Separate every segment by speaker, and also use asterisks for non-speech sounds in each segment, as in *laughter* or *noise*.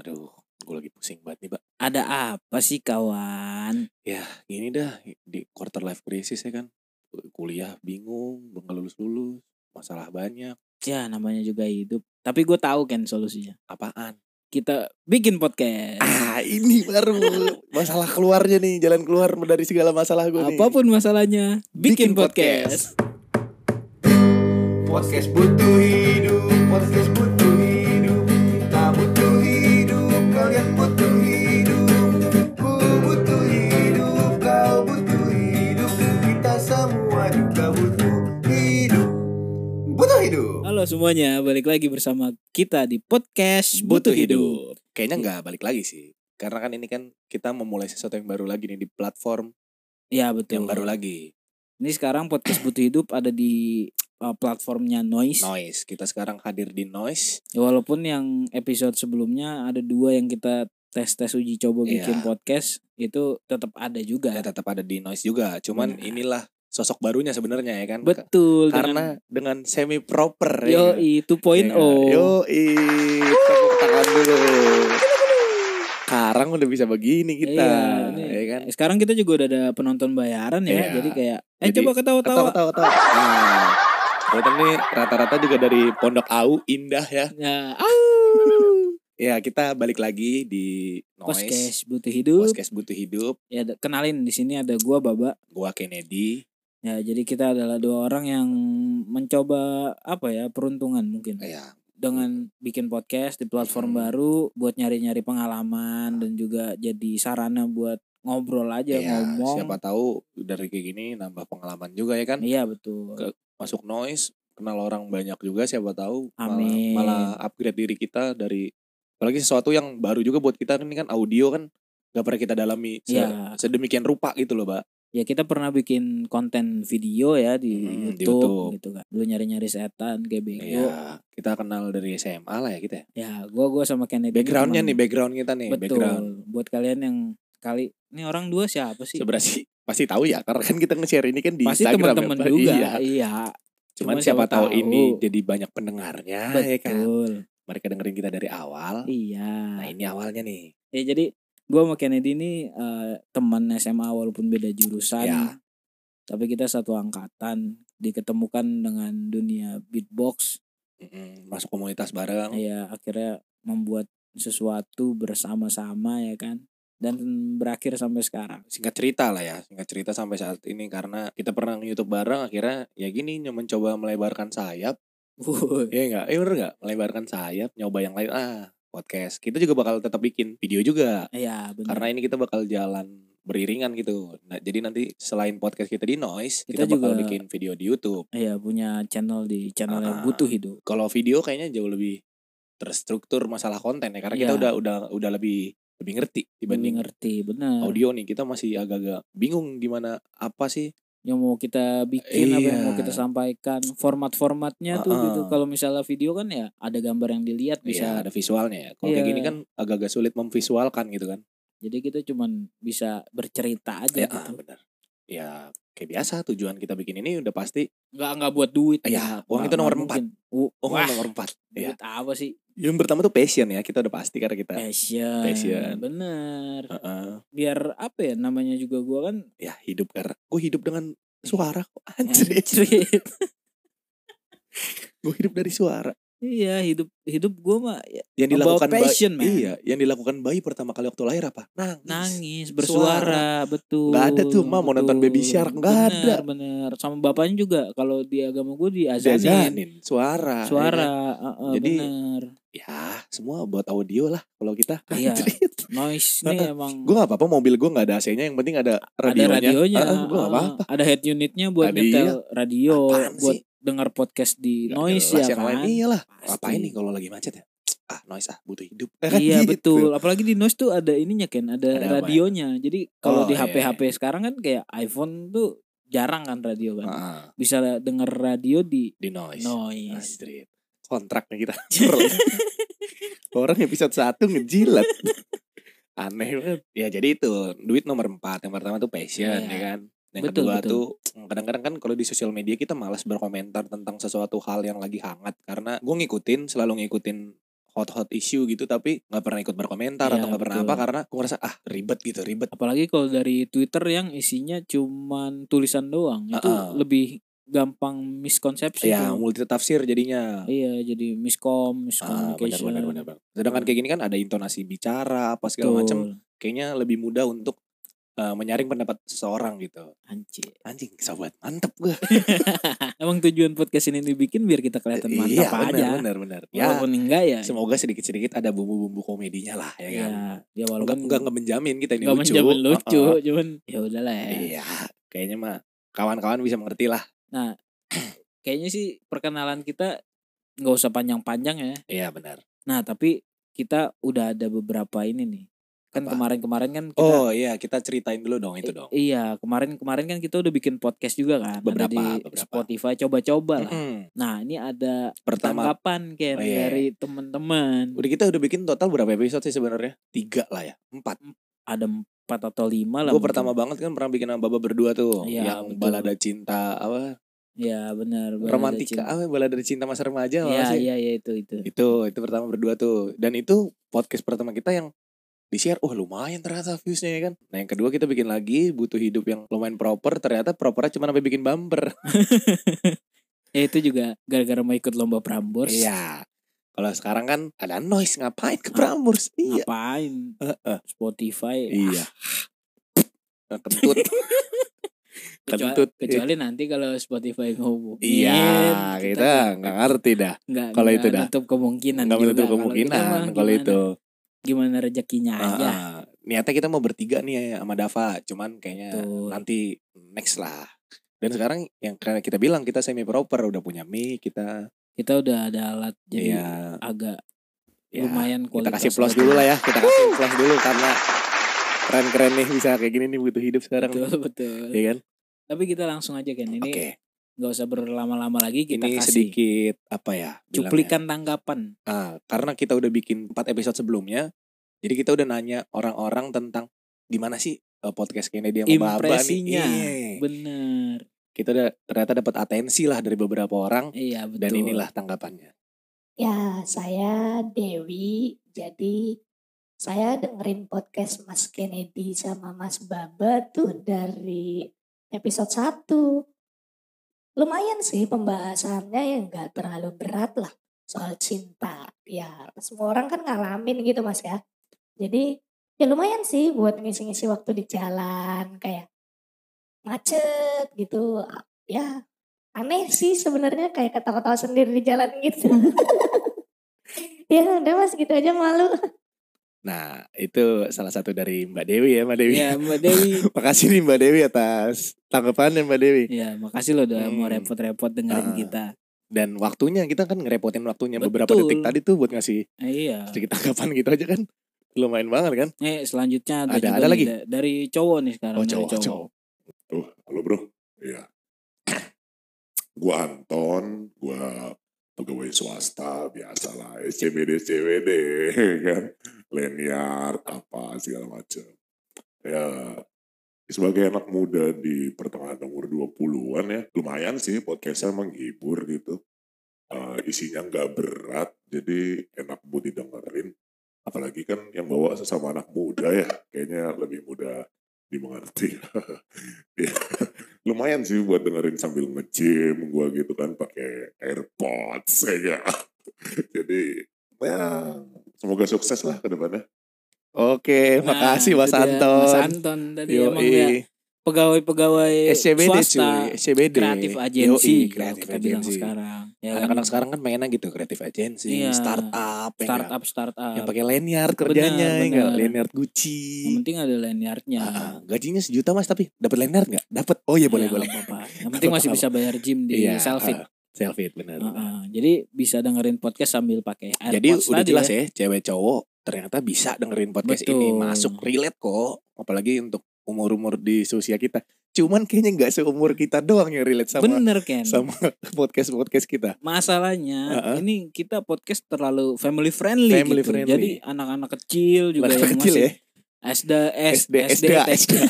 Speaker 1: Aduh, gue lagi pusing banget nih, Mbak.
Speaker 2: Ada apa sih kawan?
Speaker 1: Gini dah, di quarter life crisis ya kan. Kuliah bingung, belum lulus-lulus, masalah banyak.
Speaker 2: Ya namanya juga hidup. Tapi gue tahu kan solusinya.
Speaker 1: Apaan?
Speaker 2: Kita bikin podcast.
Speaker 1: Ah, ini baru masalah keluarnya nih, jalan keluar dari segala masalah gue nih.
Speaker 2: Apapun masalahnya, bikin,
Speaker 1: Bikin
Speaker 2: podcast.
Speaker 3: Podcast butuh hidup, podcast butuh hidup, kita butuh hidup, kalian butuh hidup, ku butuh hidup, kau butuh hidup, kita semua juga butuh hidup, butuh hidup.
Speaker 2: Halo semuanya, balik lagi bersama kita di podcast Butuh, Hidup.
Speaker 1: Kayaknya nggak balik lagi sih. Karena kan ini kan kita memulai sesuatu yang baru lagi nih di platform
Speaker 2: Ya betul.
Speaker 1: yang baru lagi.
Speaker 2: Ini sekarang podcast Butuh Hidup ada di uh, platformnya Noise. Ya,
Speaker 1: Noise. Kita sekarang hadir di Noise.
Speaker 2: Walaupun yang episode sebelumnya ada dua yang kita tes-tes uji coba
Speaker 1: Iya.
Speaker 2: bikin podcast itu tetap ada juga.
Speaker 1: Ya tetap ada di Noise juga. Cuman
Speaker 2: Benar.
Speaker 1: inilah sosok barunya sebenarnya ya kan.
Speaker 2: Betul.
Speaker 1: Karena dengan ya semi proper
Speaker 2: Yo, 2.0.
Speaker 1: Yo, tepuk tangan dulu. Sekarang udah bisa begini kita,
Speaker 2: Iya, ini-
Speaker 1: ya kan?
Speaker 2: Sekarang kita juga udah ada penonton bayaran ya,
Speaker 1: Iya.
Speaker 2: jadi kayak eh
Speaker 1: Jadi,
Speaker 2: coba ketawa-tawa.
Speaker 1: Tahu, tahu, tahu. Nah, ternyata nih rata-rata juga dari Pondok Au Indah ya.
Speaker 2: Ya,
Speaker 1: Ya, kita balik lagi di Noise.
Speaker 2: podcast butuh hidup.
Speaker 1: Podcast Butuh Hidup.
Speaker 2: Ya ada- kenalin di sini ada gua Baba.
Speaker 1: Gua Kennedy.
Speaker 2: Ya, jadi kita adalah dua orang yang mencoba apa ya, peruntungan mungkin
Speaker 1: Ya,
Speaker 2: dengan bikin podcast di platform
Speaker 1: Hmm.
Speaker 2: baru buat nyari-nyari pengalaman dan juga jadi sarana buat ngobrol aja
Speaker 1: ya,
Speaker 2: ngomong.
Speaker 1: siapa tahu dari kayak gini nambah pengalaman juga ya kan.
Speaker 2: Iya, betul.
Speaker 1: Ke- Masuk Noise, kenal orang banyak juga siapa tahu malah-
Speaker 2: Amin.
Speaker 1: malah upgrade diri kita dari apalagi sesuatu yang baru juga buat kita ini kan audio kan gak pernah kita dalami se-
Speaker 2: Iya.
Speaker 1: sedemikian rupa gitu loh, Mbak.
Speaker 2: ya kita pernah bikin konten video ya di,
Speaker 1: Hmm, di
Speaker 2: YouTube,
Speaker 1: YouTube.
Speaker 2: gitu kan dulu nyari-nyari setan kayak bego
Speaker 1: Iya, kita kenal dari SMA lah ya kita. ya.
Speaker 2: ya gua gua sama Kennedy
Speaker 1: Backgroundnya nih,
Speaker 2: teman.
Speaker 1: background kita nih,
Speaker 2: betul
Speaker 1: background.
Speaker 2: buat kalian yang kali ini orang dua siapa sih
Speaker 1: Sebenarnya sih pasti tahu ya, karena kan kita nge-share ini kan di
Speaker 2: pasti
Speaker 1: Instagram.
Speaker 2: teman-teman
Speaker 1: ya, Pak.
Speaker 2: juga
Speaker 1: Iya.
Speaker 2: iya,
Speaker 1: Cuman,
Speaker 2: Cuman
Speaker 1: siapa
Speaker 2: siapa
Speaker 1: tahu
Speaker 2: tahu.
Speaker 1: ini jadi banyak pendengarnya ya kan.
Speaker 2: betul
Speaker 1: Mereka dengerin kita dari awal.
Speaker 2: iya
Speaker 1: Nah, ini awalnya nih.
Speaker 2: ya jadi gua sama Kennedy ini eh, teman SMA walaupun beda jurusan
Speaker 1: Iya.
Speaker 2: tapi kita satu angkatan diketemukan dengan dunia beatbox
Speaker 1: Mm-mm, Masuk komunitas bareng.
Speaker 2: ya akhirnya membuat sesuatu bersama-sama ya kan dan berakhir sampai sekarang *laughs*
Speaker 1: Singkat cerita lah ya, singkat cerita sampai saat ini karena kita pernah nge-youtube bareng akhirnya ya gini mencoba melebarkan sayap
Speaker 2: Wuh,
Speaker 1: Iya enggak? Eh bener enggak? Melebarkan sayap, nyoba yang lain. Ah, podcast. Kita juga bakal tetap bikin video juga.
Speaker 2: ya benar
Speaker 1: Karena ini kita bakal jalan beriringan gitu. Nah, jadi nanti selain podcast kita di Noise, kita,
Speaker 2: Kita
Speaker 1: bakal
Speaker 2: juga-
Speaker 1: bikin video di YouTube.
Speaker 2: ya punya channel di channel yang
Speaker 1: Ah.
Speaker 2: butuh hidup
Speaker 1: Kalau video kayaknya jauh lebih terstruktur masalah konten ya karena kita
Speaker 2: Iya.
Speaker 1: udah udah udah lebih lebih ngerti
Speaker 2: lebih
Speaker 1: dibanding
Speaker 2: ngerti benar
Speaker 1: audio nih. Kita masih agak-agak bingung gimana apa sih?
Speaker 2: yang mau kita bikin apa yang mau
Speaker 1: Iya.
Speaker 2: kita sampaikan format-formatnya tuh
Speaker 1: Ah-ah.
Speaker 2: gitu kalau misalnya video kan ya ada gambar yang dilihat
Speaker 1: Bisa
Speaker 2: bisa
Speaker 1: ada visualnya ya. Kalau kayak
Speaker 2: Iya.
Speaker 1: gini kan agak-agak sulit memvisualkan gitu kan.
Speaker 2: jadi kita cuman bisa bercerita aja
Speaker 1: Ya, ah,
Speaker 2: gitu
Speaker 1: benar. Ya, kayak biasa tujuan kita bikin ini udah pasti
Speaker 2: nggak nggak buat duit
Speaker 1: Iya,
Speaker 2: Nggak-
Speaker 1: uang itu
Speaker 2: nggak
Speaker 1: nomor
Speaker 2: mungkin. U-
Speaker 1: Oh,
Speaker 2: wah
Speaker 1: nomor empat. Iya.
Speaker 2: duit apa sih
Speaker 1: Yang pertama tuh passion ya, kita udah pasti karena kita.
Speaker 2: Iya. passion,
Speaker 1: Passion.
Speaker 2: bener
Speaker 1: Heeh.
Speaker 2: biar apa ya namanya juga gua
Speaker 1: *laughs*
Speaker 2: kan
Speaker 1: ya hidup karena gue hidup dengan suara kok *laughs*
Speaker 2: Iya.
Speaker 1: anjir.
Speaker 2: Anjrit.
Speaker 1: gue hidup dari suara.
Speaker 2: iya hidup hidup gue mah ya,
Speaker 1: Yang
Speaker 2: About
Speaker 1: dilakukan bayi.
Speaker 2: passion, man.
Speaker 1: Iya, yang dilakukan bayi pertama kali waktu lahir apa? Nangis.
Speaker 2: nangis bersuara betul
Speaker 1: Nggak ada tuh, Ma, mau nonton
Speaker 2: betul.
Speaker 1: Baby Shark, nggak
Speaker 2: Bener,
Speaker 1: ada.
Speaker 2: bener sama bapaknya juga kalau di agama gue diazanin
Speaker 1: Diajanin suara.
Speaker 2: suara
Speaker 1: Ya, kan?
Speaker 2: uh-uh,
Speaker 1: Jadi,
Speaker 2: bener
Speaker 1: Ya, semua buat audio lah kalau kita. *laughs*
Speaker 2: Iya.
Speaker 1: Anjrit.
Speaker 2: noise nih emang
Speaker 1: Gue gak apa-apa mobil gue gak ada AC-nya yang penting ada radionya.
Speaker 2: ada radionya
Speaker 1: Ah, ah, gua
Speaker 2: uh-uh.
Speaker 1: nggak apa-apa.
Speaker 2: ada head unitnya buat
Speaker 1: Radio.
Speaker 2: nyetel radio
Speaker 1: Apaan
Speaker 2: buat
Speaker 1: sih?
Speaker 2: dengar podcast di
Speaker 1: Nggak
Speaker 2: noise
Speaker 1: jelas
Speaker 2: ya
Speaker 1: yang lain.
Speaker 2: kan
Speaker 1: Iyalah.
Speaker 2: Pasti.
Speaker 1: Ngapain nih kalau lagi macet ya? Ah, noise ah, butuh hidup. *laughs* Ya kan
Speaker 2: Iya
Speaker 1: gitu.
Speaker 2: betul, apalagi di Noise tuh ada ininya Ken, ada,
Speaker 1: Ada apa ya?
Speaker 2: radionya. Jadi
Speaker 1: Oh,
Speaker 2: kalau di
Speaker 1: iya,
Speaker 2: HP HP sekarang kan kayak iPhone tuh jarang kan radio kan.
Speaker 1: Heeh,
Speaker 2: Bisa denger radio di
Speaker 1: di noise.
Speaker 2: Noise.
Speaker 1: Astrid. Kontraknya kita. *laughs*
Speaker 2: *laughs*
Speaker 1: Orang episode satu ngejilat. Aneh banget. Ya jadi itu duit nomor empat. Yang pertama tuh passion
Speaker 2: Iya.
Speaker 1: ya kan. Yang
Speaker 2: Betul,
Speaker 1: kedua
Speaker 2: betul.
Speaker 1: tuh kadang-kadang kan kalau di sosial media kita malas berkomentar tentang sesuatu hal yang lagi hangat karena gue ngikutin selalu ngikutin hot hot issue gitu tapi nggak pernah ikut berkomentar
Speaker 2: Iya,
Speaker 1: atau nggak pernah
Speaker 2: betul.
Speaker 1: apa karena gue ngerasa ah ribet gitu ribet
Speaker 2: Apalagi kalau dari Twitter yang isinya cuman tulisan doang, itu
Speaker 1: Uh-uh.
Speaker 2: lebih gampang miskonsepsi.
Speaker 1: ya
Speaker 2: tuh.
Speaker 1: multi tafsir jadinya
Speaker 2: Iya, jadi miskom,
Speaker 1: Ah, benar
Speaker 2: miscommunication.
Speaker 1: benar benar Bang. Sedangkan kayak gini kan ada intonasi bicara apa segala
Speaker 2: Betul.
Speaker 1: macam, kayaknya lebih mudah untuk eh, menyaring pendapat seseorang gitu.
Speaker 2: Anjir. Nah,
Speaker 1: Anjing, sobat, mantep gue.
Speaker 2: Emang tujuan podcast ini dibikin biar kita kelihatan mantap
Speaker 1: iya,
Speaker 2: aja.
Speaker 1: benar benar benar. Ya,
Speaker 2: Walaupun enggak ya.
Speaker 1: semoga sedikit-sedikit ada bumbu-bumbu komedinya lah ya
Speaker 2: ya,
Speaker 1: kan. Enggak
Speaker 2: ya walaupun
Speaker 1: enggak menjamin kita ini
Speaker 2: enggak
Speaker 1: lucu.
Speaker 2: menjamin lucu,
Speaker 1: Heeh.
Speaker 2: cuman ya udahlah ya.
Speaker 1: Iya, kayaknya mah kawan-kawan bisa mengerti lah.
Speaker 2: Kayaknya sih perkenalan kita nggak usah panjang-panjang ya.
Speaker 1: Iya, benar.
Speaker 2: Nah, tapi kita udah ada beberapa ini nih. Kan
Speaker 1: Apa?
Speaker 2: kemarin-kemarin kan kita
Speaker 1: Oh iya, kita ceritain dulu dong itu
Speaker 2: I-
Speaker 1: dong.
Speaker 2: Iya, kemarin-kemarin kan kita udah bikin podcast juga kan. ada
Speaker 1: Beberapa,
Speaker 2: di
Speaker 1: beberapa.
Speaker 2: Spotify coba-coba lah.
Speaker 1: Mm-mm.
Speaker 2: Nah, ini ada
Speaker 1: Pertama,
Speaker 2: tanggapan Ken
Speaker 1: Oh, iya.
Speaker 2: dari teman-teman.
Speaker 1: udah kita udah bikin total berapa episode sih sebenarnya? Tiga lah ya, empat.
Speaker 2: Ada empat atau lima lah.
Speaker 1: Gue
Speaker 2: mungkin.
Speaker 1: pertama banget kan pernah bikin sama Baba berdua tuh
Speaker 2: Iya,
Speaker 1: Yang
Speaker 2: betul.
Speaker 1: balada cinta apa
Speaker 2: Iya, benar. benar, ada
Speaker 1: Romantika
Speaker 2: cinta.
Speaker 1: apa balada cinta masa remaja apa
Speaker 2: Iya,
Speaker 1: sih?
Speaker 2: iya, iya itu itu.
Speaker 1: Itu itu pertama berdua tuh Dan itu podcast pertama kita yang di share oh lumayan ternyata viewsnya ya kan Nah yang kedua kita bikin lagi Butuh hidup yang lumayan proper Ternyata propernya cuma sampai bikin bumper
Speaker 2: Ya itu juga gara-gara mau ikut lomba Prambors.
Speaker 1: Iya Kalau sekarang kan ada noise Ngapain ke
Speaker 2: *laughs*
Speaker 1: Prambors Iya
Speaker 2: Ngapain?
Speaker 1: Heeh.
Speaker 2: Spotify. Ah,
Speaker 1: Iya Nah, Kentut
Speaker 2: *laughs* Kecua-
Speaker 1: Kentut.
Speaker 2: kecuali nanti kalau Spotify ngomong.
Speaker 1: Iya Kita nggak ngerti dah
Speaker 2: Nggak-
Speaker 1: Kalau
Speaker 2: nggak
Speaker 1: itu dah.
Speaker 2: Menutup kemungkinan.
Speaker 1: Nggak
Speaker 2: juga.
Speaker 1: menutup
Speaker 2: Kalau kita mah
Speaker 1: kemungkinan Kalau
Speaker 2: gimana-
Speaker 1: itu
Speaker 2: Gimana rezekinya aja.
Speaker 1: Ah, ah. niatnya kita mau bertiga nih ya sama Dava, cuman kayaknya
Speaker 2: Betul.
Speaker 1: nanti next lah. Dan sekarang yang karena kita bilang kita semi proper udah punya mic kita
Speaker 2: Kita udah ada alat jadi
Speaker 1: ya,
Speaker 2: agak
Speaker 1: ya,
Speaker 2: lumayan
Speaker 1: kita
Speaker 2: kualitas.
Speaker 1: kasih plus dulu lah ya, kita kasih plus dulu karena keren-keren nih bisa kayak gini nih butuh hidup sekarang.
Speaker 2: *laughs* Betul betul.
Speaker 1: Iya kan?
Speaker 2: Tapi kita langsung aja kan ini
Speaker 1: Oke,
Speaker 2: nggak usah berlama-lama lagi kita
Speaker 1: ini
Speaker 2: kasih
Speaker 1: sedikit apa ya? bilangnya.
Speaker 2: cuplikan tanggapan.
Speaker 1: Ah, karena kita udah bikin 4 episode sebelumnya, jadi kita udah nanya orang-orang tentang gimana sih eh, podcast Kennedy yang Baba nih.
Speaker 2: Impresinya.
Speaker 1: Iya.
Speaker 2: Bener.
Speaker 1: kita udah ternyata dapat atensi lah dari beberapa orang
Speaker 2: Iya betul.
Speaker 1: dan inilah tanggapannya.
Speaker 4: Ya, saya Dewi. Jadi saya dengerin podcast Mas Kennedy sama Mas Baba tuh dari episode 1. Lumayan sih pembahasannya yang gak terlalu berat lah soal cinta. Ya, semua orang kan ngalamin gitu Mas ya. Jadi ya lumayan sih buat ngisi-ngisi waktu di jalan kayak macet gitu. Ya, aneh sih sebenarnya kayak ketawa-ketawa sendiri di jalan gitu. ya udah mas gitu aja malu.
Speaker 1: Nah itu salah satu dari Mbak Dewi ya Mbak Dewi.
Speaker 2: Ya Mbak Dewi.
Speaker 1: *laughs* Makasih nih Mbak Dewi atas tanggapannya Mbak Dewi.
Speaker 2: ya makasih loh udah mau
Speaker 1: Hmm.
Speaker 2: repot-repot
Speaker 1: Ah.
Speaker 2: dengerin kita.
Speaker 1: Dan waktunya kita kan ngerepotin waktunya beberapa
Speaker 2: Betul.
Speaker 1: detik tadi tuh buat ngasih
Speaker 2: Eh, iya.
Speaker 1: sedikit tanggapan gitu aja kan lumayan banget kan.
Speaker 2: Eh selanjutnya
Speaker 1: Ada-
Speaker 2: ada, juga
Speaker 1: ada
Speaker 2: nih
Speaker 1: lagi?
Speaker 2: da- dari cowok nih sekarang.
Speaker 1: Oh
Speaker 2: dari
Speaker 1: cowok cowok.
Speaker 5: Tuh, halo bro. Iya. gua Anton, gua pegawai swasta biasa lah, SCBD, SCBD, *laughs* kan, lanyard, apa segala macam. Ya, sebagai anak muda di pertengahan umur 20-an ya, lumayan sih podcastnya menghibur gitu. Eh, isinya nggak berat, jadi enak buat didengerin. Apalagi kan yang bawa sesama anak muda ya, kayaknya lebih mudah dimengerti. *laughs* Ya, lumayan sih buat dengerin sambil nge-gym gua gitu kan pakai AirPods ya. *laughs* Jadi ya, semoga sukses lah ke depannya.
Speaker 1: Oke
Speaker 2: Nah,
Speaker 1: makasih Mas
Speaker 2: itu dia, Mas
Speaker 1: Anton.
Speaker 2: Anton tadi emang dia
Speaker 1: Yoi.
Speaker 2: pegawai-pegawai
Speaker 1: SCBD
Speaker 2: swasta.
Speaker 1: cuy, SCBD.
Speaker 2: kreatif
Speaker 1: Yoi,
Speaker 2: agensi kalau
Speaker 1: kreatif
Speaker 2: kita bilang
Speaker 1: agensi.
Speaker 2: sekarang ya kan?
Speaker 1: Anak-anak sekarang kan mainnya gitu kreatif agensi,
Speaker 2: Iya.
Speaker 1: startup, ya nggak?
Speaker 2: startup startup
Speaker 1: yang pakai lanyard kerjanya,
Speaker 2: Benar,
Speaker 1: ya nggak?
Speaker 2: benar.
Speaker 1: lanyard
Speaker 2: yang
Speaker 1: Gucci.
Speaker 2: penting ada lanyardnya
Speaker 1: Ah, gajinya sejuta mas tapi dapat lanyard nggak? Dapat. Oh iya boleh
Speaker 2: Ya,
Speaker 1: boleh.
Speaker 2: nggak apa-apa.
Speaker 1: *laughs*
Speaker 2: yang penting masih bisa bayar gym di
Speaker 1: Iya,
Speaker 2: selfie
Speaker 1: ah, Selfie benar.
Speaker 2: ah. jadi bisa dengerin podcast sambil pakai AirPods
Speaker 1: Jadi udah
Speaker 2: tadi
Speaker 1: jelas
Speaker 2: ya.
Speaker 1: ya. cewek cowok ternyata bisa dengerin podcast
Speaker 2: Betul.
Speaker 1: ini masuk relate kok. Apalagi untuk umur-umur di usia kita. Cuman kayaknya nggak seumur kita doang yang relate sama
Speaker 2: bener Ken
Speaker 1: sama *laughs* podcast podcast kita.
Speaker 2: masalahnya
Speaker 1: Ah, ah.
Speaker 2: ini kita podcast terlalu family friendly
Speaker 1: Family
Speaker 2: gitu.
Speaker 1: friendly.
Speaker 2: jadi anak-anak kecil juga
Speaker 1: Anak
Speaker 2: yang
Speaker 1: kecil
Speaker 2: masih
Speaker 1: ya.
Speaker 2: SD S-
Speaker 1: SD,
Speaker 2: SD
Speaker 1: SDA.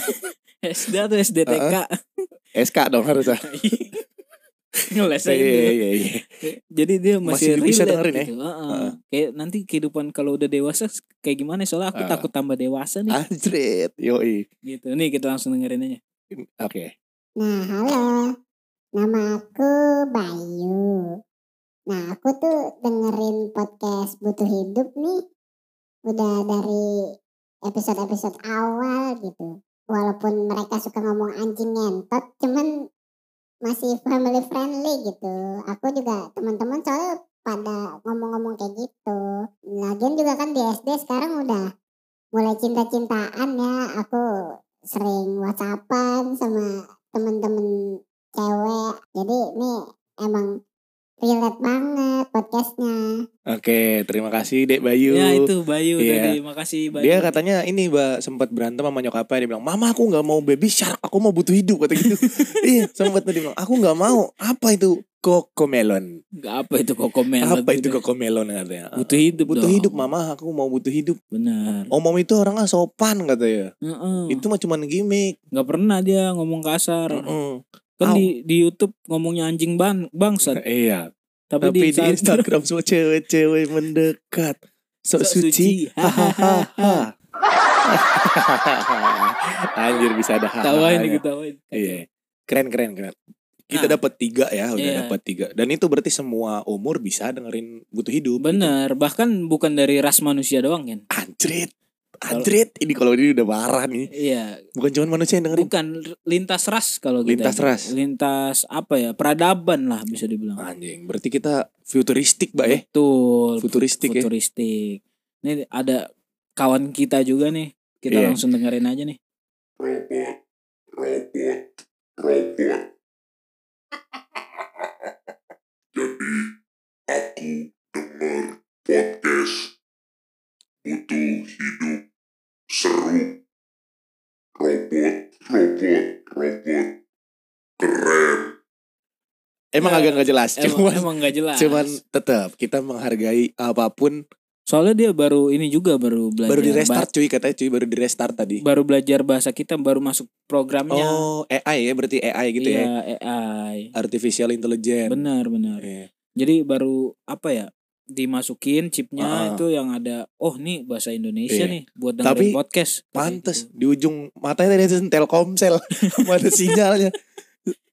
Speaker 2: SD atau SDTK *laughs*
Speaker 1: SK dong harusnya. ah.
Speaker 2: ngelesain
Speaker 1: Iya,
Speaker 2: gitu.
Speaker 1: iya, iya.
Speaker 2: Jadi dia masih,
Speaker 1: Masih bisa
Speaker 2: relate
Speaker 1: dengerin ya?
Speaker 2: gitu. Heeh.
Speaker 1: Heeh.
Speaker 2: Kayak nanti kehidupan kalau udah dewasa kayak gimana soalnya
Speaker 1: Heeh.
Speaker 2: aku
Speaker 1: Ah.
Speaker 2: takut tambah dewasa nih
Speaker 1: Anjrit, yoi.
Speaker 2: gitu. Nih kita langsung dengerin aja.
Speaker 1: Oke.
Speaker 6: Nah, halo. Nama aku Bayu. Nah, aku tuh dengerin podcast Butuh Hidup nih udah dari episode-episode awal gitu. Walaupun mereka suka ngomong anjing ngentot, cuman masih family friendly gitu. Aku juga teman-teman soalnya pada ngomong-ngomong kayak gitu. Lagian juga kan di SD sekarang udah mulai cinta-cintaan ya. Aku sering whatsappan sama temen-temen cewek jadi ini emang relate banget podcastnya
Speaker 1: Oke, terima kasih Dek Bayu.
Speaker 2: Ya itu Bayu
Speaker 1: Iya.
Speaker 2: tadi. Makasih Bayu.
Speaker 1: Dia katanya ini mbak sempat berantem sama nyokapnya dia bilang mama aku nggak mau baby shark aku mau butuh hidup kata
Speaker 2: *laughs*
Speaker 1: gitu iya sempat dia bilang aku nggak mau apa itu kokomelon
Speaker 2: Nggak apa itu kok komen
Speaker 1: apa
Speaker 2: gitu.
Speaker 1: itu kokomelon katanya Ah.
Speaker 2: butuh hidup
Speaker 1: butuh
Speaker 2: dong.
Speaker 1: hidup mama aku mau butuh hidup
Speaker 2: Benar.
Speaker 1: omom itu orangnya sopan katanya
Speaker 2: Heeh.
Speaker 1: itu mah cuman gimmick
Speaker 2: nggak pernah dia ngomong kasar.
Speaker 1: Mm-mm. Au.
Speaker 2: Kan di di YouTube ngomongnya anjing ban
Speaker 1: *laughs*
Speaker 2: bangsat.
Speaker 1: iya
Speaker 2: Tapi,
Speaker 1: tapi di
Speaker 2: Instagram
Speaker 1: Instagram semua cewek-cewek mendekat
Speaker 2: *laughs*
Speaker 1: sok suci hahaha anjir bisa ada
Speaker 2: Tawain gitu
Speaker 1: hahaha
Speaker 2: diketawain.
Speaker 1: *laughs* Iya. Keren keren keren. Kita
Speaker 2: Gitu. Nah.
Speaker 1: dapat tiga ya, udah
Speaker 2: Iya.
Speaker 1: dapat tiga. Dan itu berarti semua umur bisa dengerin butuh hidup.
Speaker 2: Bener, bahkan bukan dari ras manusia doang kan?
Speaker 1: Anjrit. Anjrit ini kalau ini udah marah nih.
Speaker 2: Iya,
Speaker 1: Bukan cuma manusia yang dengerin.
Speaker 2: bukan r- lintas ras kalau kita.
Speaker 1: Lintas ras. Ah,
Speaker 2: Lintas apa ya? Peradaban lah bisa dibilang.
Speaker 1: Anjing, berarti kita futuristik, Mbak ya.
Speaker 2: Betul.
Speaker 1: Futuristik ya.
Speaker 2: Futuristik. Ini ada kawan kita juga nih. Kita
Speaker 1: Iya.
Speaker 2: langsung dengerin aja
Speaker 1: *laughs*
Speaker 2: nih.
Speaker 5: aku dengar podcast butuh hidup seru robot robot robot keren
Speaker 1: Emang
Speaker 2: Ya,
Speaker 1: agak nggak jelas,
Speaker 2: Emang,
Speaker 1: cuman
Speaker 2: emang gak jelas.
Speaker 1: cuman tetap kita menghargai apapun.
Speaker 2: Soalnya dia baru ini juga baru belajar.
Speaker 1: Baru di
Speaker 2: ba-
Speaker 1: restart cuy katanya cuy, baru di restart tadi.
Speaker 2: baru belajar bahasa kita, baru masuk programnya.
Speaker 1: Oh, AI ya berarti AI gitu ya.
Speaker 2: iya, AI.
Speaker 1: Artificial intelligence.
Speaker 2: Benar, benar.
Speaker 1: Iya.
Speaker 2: Jadi baru apa ya? Dimasukin chipnya
Speaker 1: Ah.
Speaker 2: itu yang ada oh nih bahasa
Speaker 1: Iya.
Speaker 2: Indonesia nih buat dengerin
Speaker 1: Tapi,
Speaker 2: podcast.
Speaker 1: Pantes di ujung matanya tadi Sen Telkomsel *laughs* Cuma ada sinyalnya.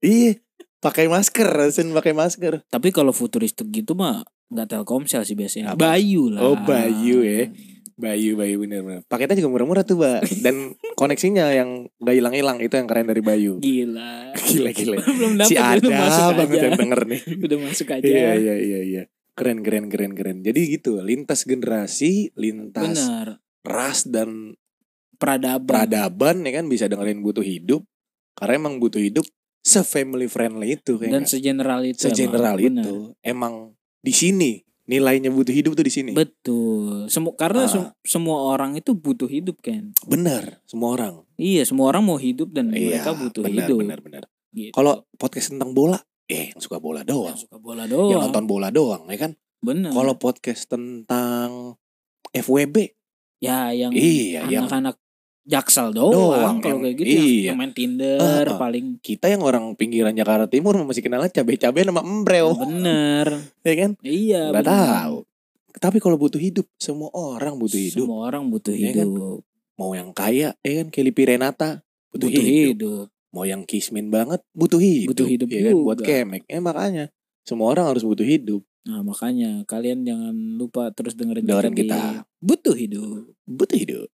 Speaker 1: Iya, pakai masker, Sen pakai masker.
Speaker 2: Tapi kalau futuristik gitu mah nggak Telkomsel sih biasanya.
Speaker 1: Apa?
Speaker 2: Bayu lah.
Speaker 1: Oh, Bayu ya. Bayu, Bayu bener-bener. Paketnya juga murah-murah tuh, Mbak. Dan koneksinya yang gak hilang-hilang itu yang keren dari Bayu.
Speaker 2: Gila. *laughs*
Speaker 1: Gila, gila.
Speaker 2: Belum dapat
Speaker 1: Si
Speaker 2: udah masuk
Speaker 1: ada banget
Speaker 2: aja.
Speaker 1: yang denger nih.
Speaker 2: *laughs* Udah masuk aja.
Speaker 1: Iya, iya, iya, iya. Keren, keren, keren, keren. Jadi gitu, lintas generasi, lintas
Speaker 2: Benar.
Speaker 1: ras dan
Speaker 2: Peradaban.
Speaker 1: peradaban ya kan bisa dengerin butuh hidup. Karena emang butuh hidup se-family friendly itu. ya
Speaker 2: Dan
Speaker 1: nggak?
Speaker 2: segeneral itu. emang.
Speaker 1: segeneral
Speaker 2: Iya, Benar.
Speaker 1: itu emang di sini nilainya butuh hidup tuh di sini.
Speaker 2: Betul. Semu karena
Speaker 1: Ah.
Speaker 2: sem- semua orang itu butuh hidup kan.
Speaker 1: Bener, semua orang.
Speaker 2: Iya, semua orang mau hidup dan mereka butuh
Speaker 1: Iya, benar,
Speaker 2: hidup.
Speaker 1: Benar, benar.
Speaker 2: Gitu.
Speaker 1: Kalau podcast tentang bola, eh yang suka bola doang,
Speaker 2: Yang suka bola Hmm.
Speaker 1: yang
Speaker 2: doang.
Speaker 1: nonton bola doang, ya kan?
Speaker 2: Benar.
Speaker 1: Kalau podcast tentang FWB
Speaker 2: ya yang
Speaker 1: Iya, yang-
Speaker 2: anak-anak jaksel doang,
Speaker 1: Doang,
Speaker 2: kalau
Speaker 1: yang-
Speaker 2: kayak gitu yang-
Speaker 1: iya.
Speaker 2: yang main Tinder
Speaker 1: Ah, ah.
Speaker 2: paling
Speaker 1: kita yang orang pinggiran Jakarta Timur masih kenalnya cabe-cabe nama embreo,
Speaker 2: bener.
Speaker 1: *laughs* ya kan?
Speaker 2: Iya,
Speaker 1: Nggak
Speaker 2: bener.
Speaker 1: tahu. Tapi kalau butuh hidup, semua orang butuh hidup.
Speaker 2: Semua orang butuh
Speaker 1: Iya kan?
Speaker 2: hidup.
Speaker 1: Mau yang kaya, ya kan? Kelly Renata butuh,
Speaker 2: Butuh
Speaker 1: hidup.
Speaker 2: hidup.
Speaker 1: mau yang kismin banget butuh hidup,
Speaker 2: Butuh hidup
Speaker 1: ya kan?
Speaker 2: juga.
Speaker 1: buat kemek eh makanya semua orang harus butuh hidup
Speaker 2: Nah, makanya kalian jangan lupa terus dengerin,
Speaker 1: Dengerin
Speaker 2: di
Speaker 1: kita.
Speaker 2: Butuh hidup.
Speaker 1: butuh hidup